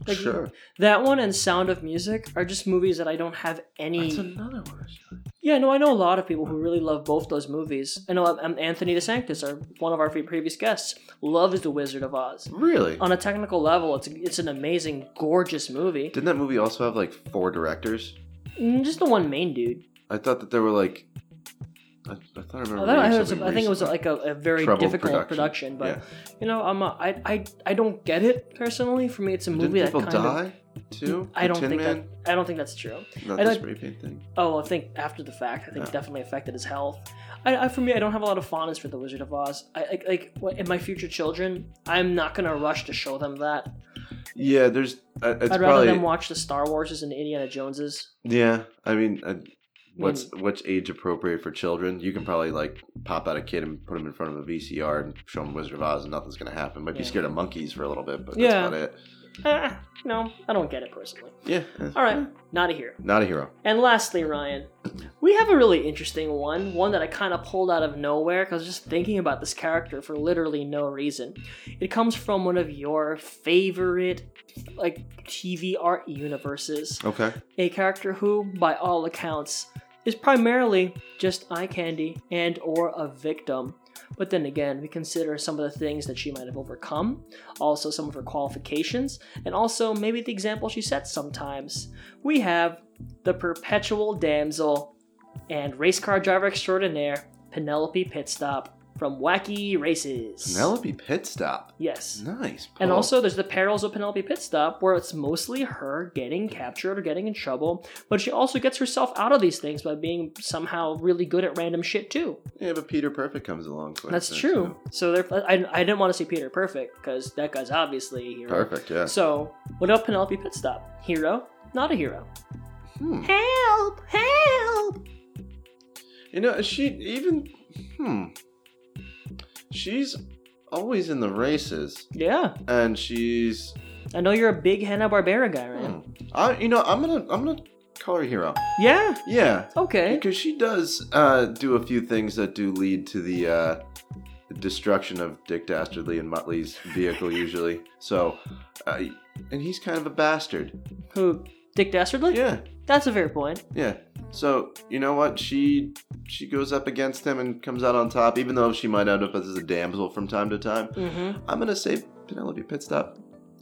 like,
sure.
that one and Sound of Music are just movies that I don't have any.
That's another one. I should-
Yeah, no, I know a lot of people who really love both those movies. I know um, Anthony DeSantis, our one of our previous guests, loves The Wizard of Oz.
Really?
On a technical level, it's it's an amazing, gorgeous movie.
Didn't that movie also have like four directors?
Mm, Just the one main dude.
I thought that there were like. I, I thought I remember.
I, thought- I
reading
was-
something
I think it was
recently.
like a, a very
Troubled
difficult
production,
production, but
yeah.
you know, I'm a, I, I I don't get it personally. For me, it's a
Didn't
movie that
people
kind
die
of
too?
I
The
don't
Tin
think
Man?
that I don't think that's true.
Not
I
this
like-
spray paint thing.
Oh, I think after the fact, I think
Yeah.
it definitely affected his health. I, I for me, I don't have a lot of fondness for the Wizard of Oz. I like like what- in my future children, I'm not gonna rush to show them that.
Yeah, there's. Uh, it's
I'd rather
probably
them watch the Star Warses and Indiana Joneses.
yeah. I mean, uh, what's
I mean,
what's age appropriate for children? You can probably like pop out a kid and put him in front of a VCR and show him Wizard of Oz, and nothing's gonna happen. Might be
Yeah.
scared of monkeys for a little bit, but
Yeah.
that's about it.
ah, no, I don't get it personally.
Yeah. eh,
All
Hmm.
right, not a hero.
Not a hero.
And lastly, Ryan, we have a really interesting one, one that I kind of pulled out of nowhere because I was just thinking about this character for literally no reason. It comes from one of your favorite, like, TV art universes.
Okay.
A character who, by all accounts, is primarily just eye candy and or a victim But then again, we consider some of the things that she might have overcome, also some of her qualifications, and also maybe the example she sets sometimes. We have the perpetual damsel and race car driver extraordinaire, Penelope Pitstop from Wacky Races.
Penelope Pitstop.
Yes.
Nice.
And
pull.
also, there's the perils of Penelope Pitstop, where it's mostly her getting captured or getting in trouble, but she also gets herself out of these things by being somehow really good at random shit too.
yeah, but Peter Perfect comes along. for
That's
instance,
true. So there, I, I didn't want to say Peter Perfect because that guy's obviously a
yeah.
hero.
Perfect. Yeah.
So what about Penelope Pitstop? Hero? Not a hero.
Hmm.
Help! Help!
You know, she even. Hmm. She's always in the races,
Yeah,
and she's.
I know you're a big Hanna Barbera guy, right?
Hmm. I. You know, I'm gonna. I'm gonna call her hero.
Yeah.
Yeah.
Okay.
Because she does uh, do a few things that do lead to the uh, destruction of Dick Dastardly and Muttley's vehicle, usually. So, uh, and he's kind of a bastard.
Who? Dick Dastardly?
Yeah,
That's a fair point.
yeah. So you know what? She she goes up against him and comes out on top, even though she might end up as a damsel from time to time.
Mm-hmm.
I'm gonna say Penelope Pitstop,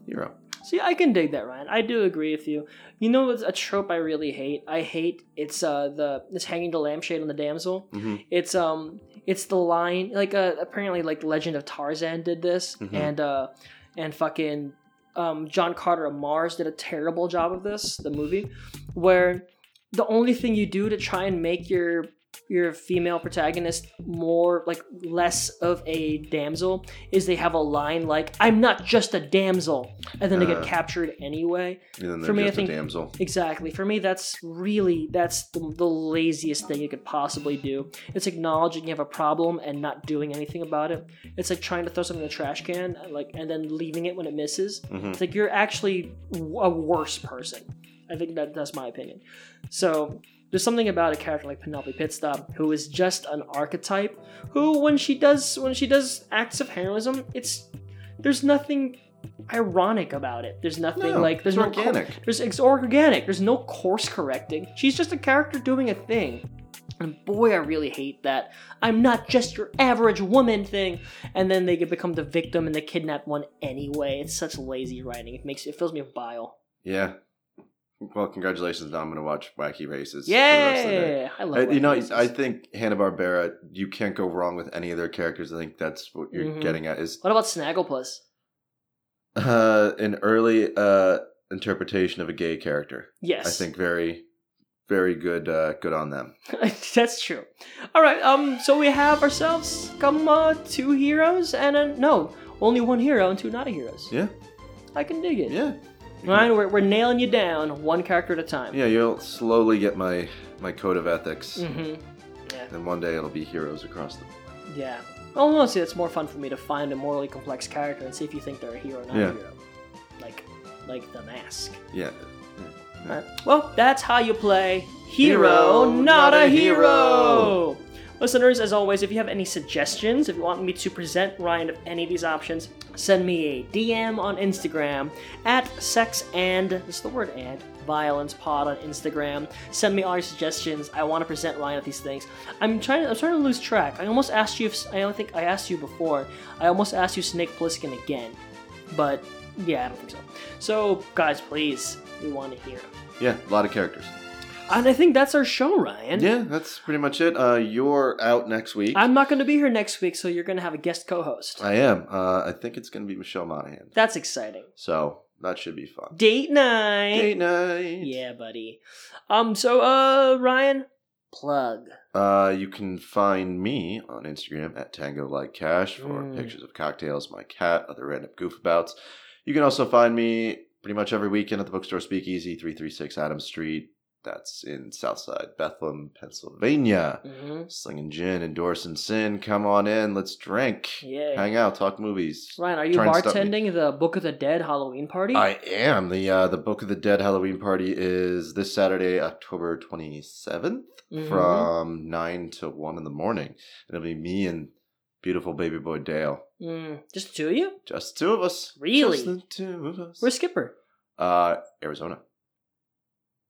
hero.
See, I can dig that, Ryan. I do agree with you. You know, it's a trope I really hate. I hate it's uh the it's hanging the lampshade on the damsel.
Mhm.
It's um it's the line like uh apparently like Legend of Tarzan did this
Mhm.
and uh and fucking um John Carter of Mars did a terrible job of this the movie where the only thing you do to try and make your your female protagonist more like less of a damsel is they have a line like I'm not just a damsel and then they get
Uh.
captured anyway.
And then
For
they're
me, I
just
think-
a damsel.
Exactly. For me, that's really that's the, the laziest thing you could possibly do. It's acknowledging you have a problem and not doing anything about it. It's like trying to throw something in the trash can, and like and then leaving it when it misses.
Mhm.
It's like you're actually w- a worse person. I think that that's my opinion. So there's something about a character like Penelope Pitstop who is just an archetype. Who, when she does when she does acts of heroism, it's there's nothing ironic about it. There's nothing
No,
like there's
it's
no cor-
organic.
there's it's organic. There's no course correcting. She's just a character doing a thing. And boy, I really hate that. I'm not just your average woman thing. And then they could become the victim and they kidnap one anyway. It's such lazy writing. It makes it fills me with bile.
Yeah. Well, congratulations. Now I'm gonna watch Wacky Races. for the rest of the day.
Yeah, I love.
I,
it.
you know, I think Hanna Barbera. You can't go wrong with any of their characters. I think that's what you're
Mhm.
getting at. Is
What about Snagglepuss?
uh, an early uh, interpretation of a gay character.
Yes,
I think very, very good. Uh, good on them.
that's true. All right, um, so we have ourselves come uh, two heroes and a, no, only one hero and two not heroes.
Yeah,
I can dig it.
yeah,
Ryan, we're, we're nailing you down one character at a time.
yeah. You'll slowly get my my code of ethics,
Mm-hmm.
and one day it'll be heroes across the.
Yeah. Well, no, see, it's more fun for me to find a morally complex character and see if you think they're a hero or not a
Yeah.
hero. Like, like the mask.
Yeah.
Hmm. All right. Well, that's how you play Hero, not, a, hero. Listeners, as always, if you have any suggestions, if you want me to present Ryan of any of these options, send me a DM on Instagram at sex and this is the word and violence pod on Instagram. Send me all your suggestions. I want to present Ryan with these things. I'm trying. To, I'm trying to lose track. I almost asked you. If, I don't think I asked you before. I almost asked you Snake Plissken again, but yeah, I don't think so. So, guys, please, we want to hear.
Yeah, a lot of characters.
And I think that's our show, Ryan.
Yeah, that's pretty much it. Uh, you're out next week.
I'm not going to be here next week, so you're going to have a guest co host.
I am. Uh, I think it's gonna be Michelle Monaghan.
That's exciting.
So that should be fun.
Date night.
Date night.
Yeah, buddy. Um, so, uh, Ryan, plug.
Uh, you can find me on Instagram at Tango Like Cash for
Mm.
pictures of cocktails, my cat, other random goofabouts. You can also find me pretty much every weekend at the bookstore Speakeasy, 336 Adams Street. That's in Southside Bethlehem, Pennsylvania.
Mm-hmm.
Slinging gin, endorsing sin. Come on in, let's drink,
Yeah.
hang out, talk movies.
Ryan, are you
Try and stop me.
bartending the Book of the Dead Halloween party?
I am the uh, the Book of the Dead Halloween party is this Saturday, October twenty seventh.
Mhm.
from nine to one in the morning. It'll be me and beautiful baby boy Dale.
Mm, just the two of you?
Just the two of us.
Really?
Just the two of us.
Where's Skipper?
uh, Arizona.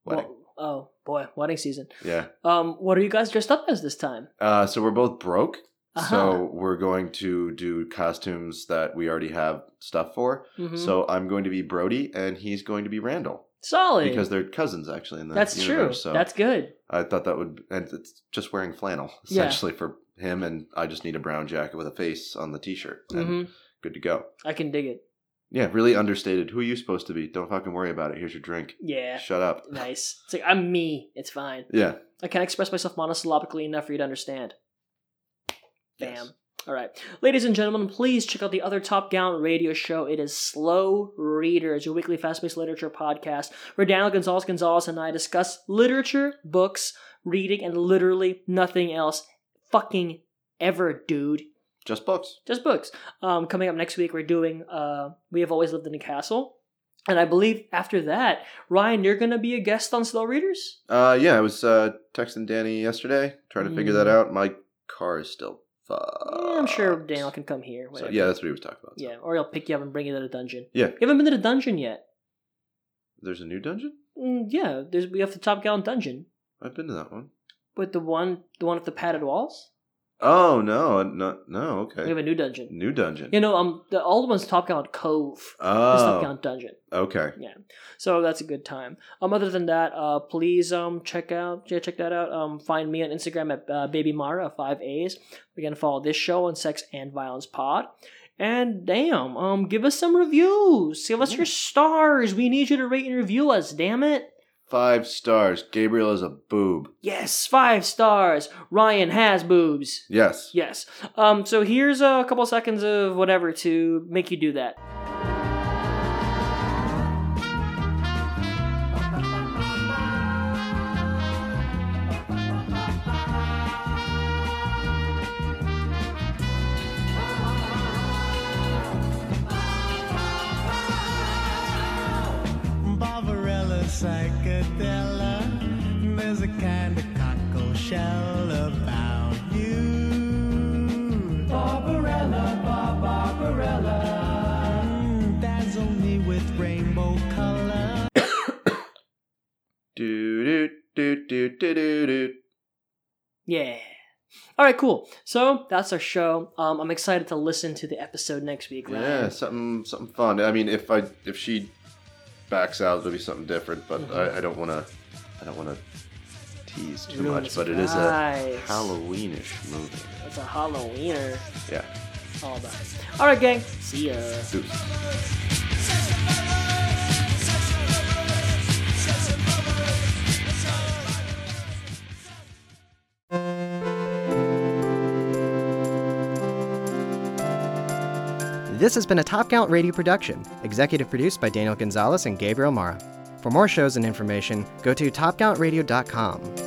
Wedding.
Well, oh, boy, wedding season.
yeah.
Um, what are you guys dressed up as this time?
Uh, so we're both broke.
Uh-huh.
So we're going to do costumes that we already have stuff for.
Mhm.
So I'm going to be Brody and he's going to be Randall
solid.
because they're cousins actually in the
that's true.
universe, So
That's good.
I thought that would and it's just wearing flannel
Yeah.
essentially for him and I just need a brown jacket with a face on the t-shirt and
hmm
good to go.
I can dig it.
Yeah, really understated. Who are you supposed to be? Don't fucking worry about it. Here's your drink.
Yeah.
Shut up.
Nice. It's like I'm me. It's fine.
Yeah.
I can't express myself monosyllabically enough for you to understand. Bam.
Yes.
All right. Ladies and gentlemen, please check out the other Top Gown radio show. It is Slow Readers, your weekly fast paced literature podcast, where Daniel Gonzalez Gonzalez and I discuss literature, books, reading, and literally nothing else fucking ever, dude.
Just books.
Just books. Um, coming up next week, we're doing uh, We Have Always Lived in a Castle. And I believe after that, Ryan, you're going to be a guest on Slow Readers?
Uh yeah, I was uh texting Danny yesterday trying to figure
Mm.
that out. My car is still fucked.
Yeah, I'm sure Daniel can come here.
So,
whatever.
yeah, that's what he was talking about. so.
Yeah, or he'll pick you up and bring you to the dungeon.
Yeah.
You haven't been to the dungeon yet.
There's a new dungeon?
Mm, yeah, there's we have the Top Gallant dungeon
I've been to that one.
with the one the one with the padded walls.
Oh no, no, no, okay.
We have a new dungeon.
new dungeon.
You know, um, the old one's Top Gallant Cove. This is Top
oh,
Gallant dungeon.
okay.
So that's a good time. Um, other than that, uh, please um check out yeah check that out. Um, find me on Instagram at uh, Baby Mara Five A's. We can follow this show on Sex and Violence Pod. And damn, um, give us some reviews. Give us your stars. We need you to rate and review us. Damn it.
Five stars. Gabriel is a boob.
Yes, five stars. Ryan has boobs.
Yes.
Yes. Um. So here's a couple seconds of whatever to make you do that.
Barbarella psychedella. There's a kind of cockle shell about you. Barbarella, ba- Barbarella. Dazzle me with rainbow color.
Do do do do do do do.
Yeah. All right. Cool. So that's our show. Um. I'm excited to listen to the episode next week. Ryan.
Yeah, something something fun. I mean, if I if she backs out, it'll be something different. But
Mm-hmm.
I, I don't want to. I don't want to tease too
Ruin
much.
the
But it is a
surprise.
Halloweenish movie.
It's a Halloweener.
Yeah.
All about it. All right, gang. See ya.
Deuces.
This has been a Top Gallant Radio production, executive produced by Daniel Gonzalez and Gabriel Mara. For more shows and information, go to topgallantradio.com.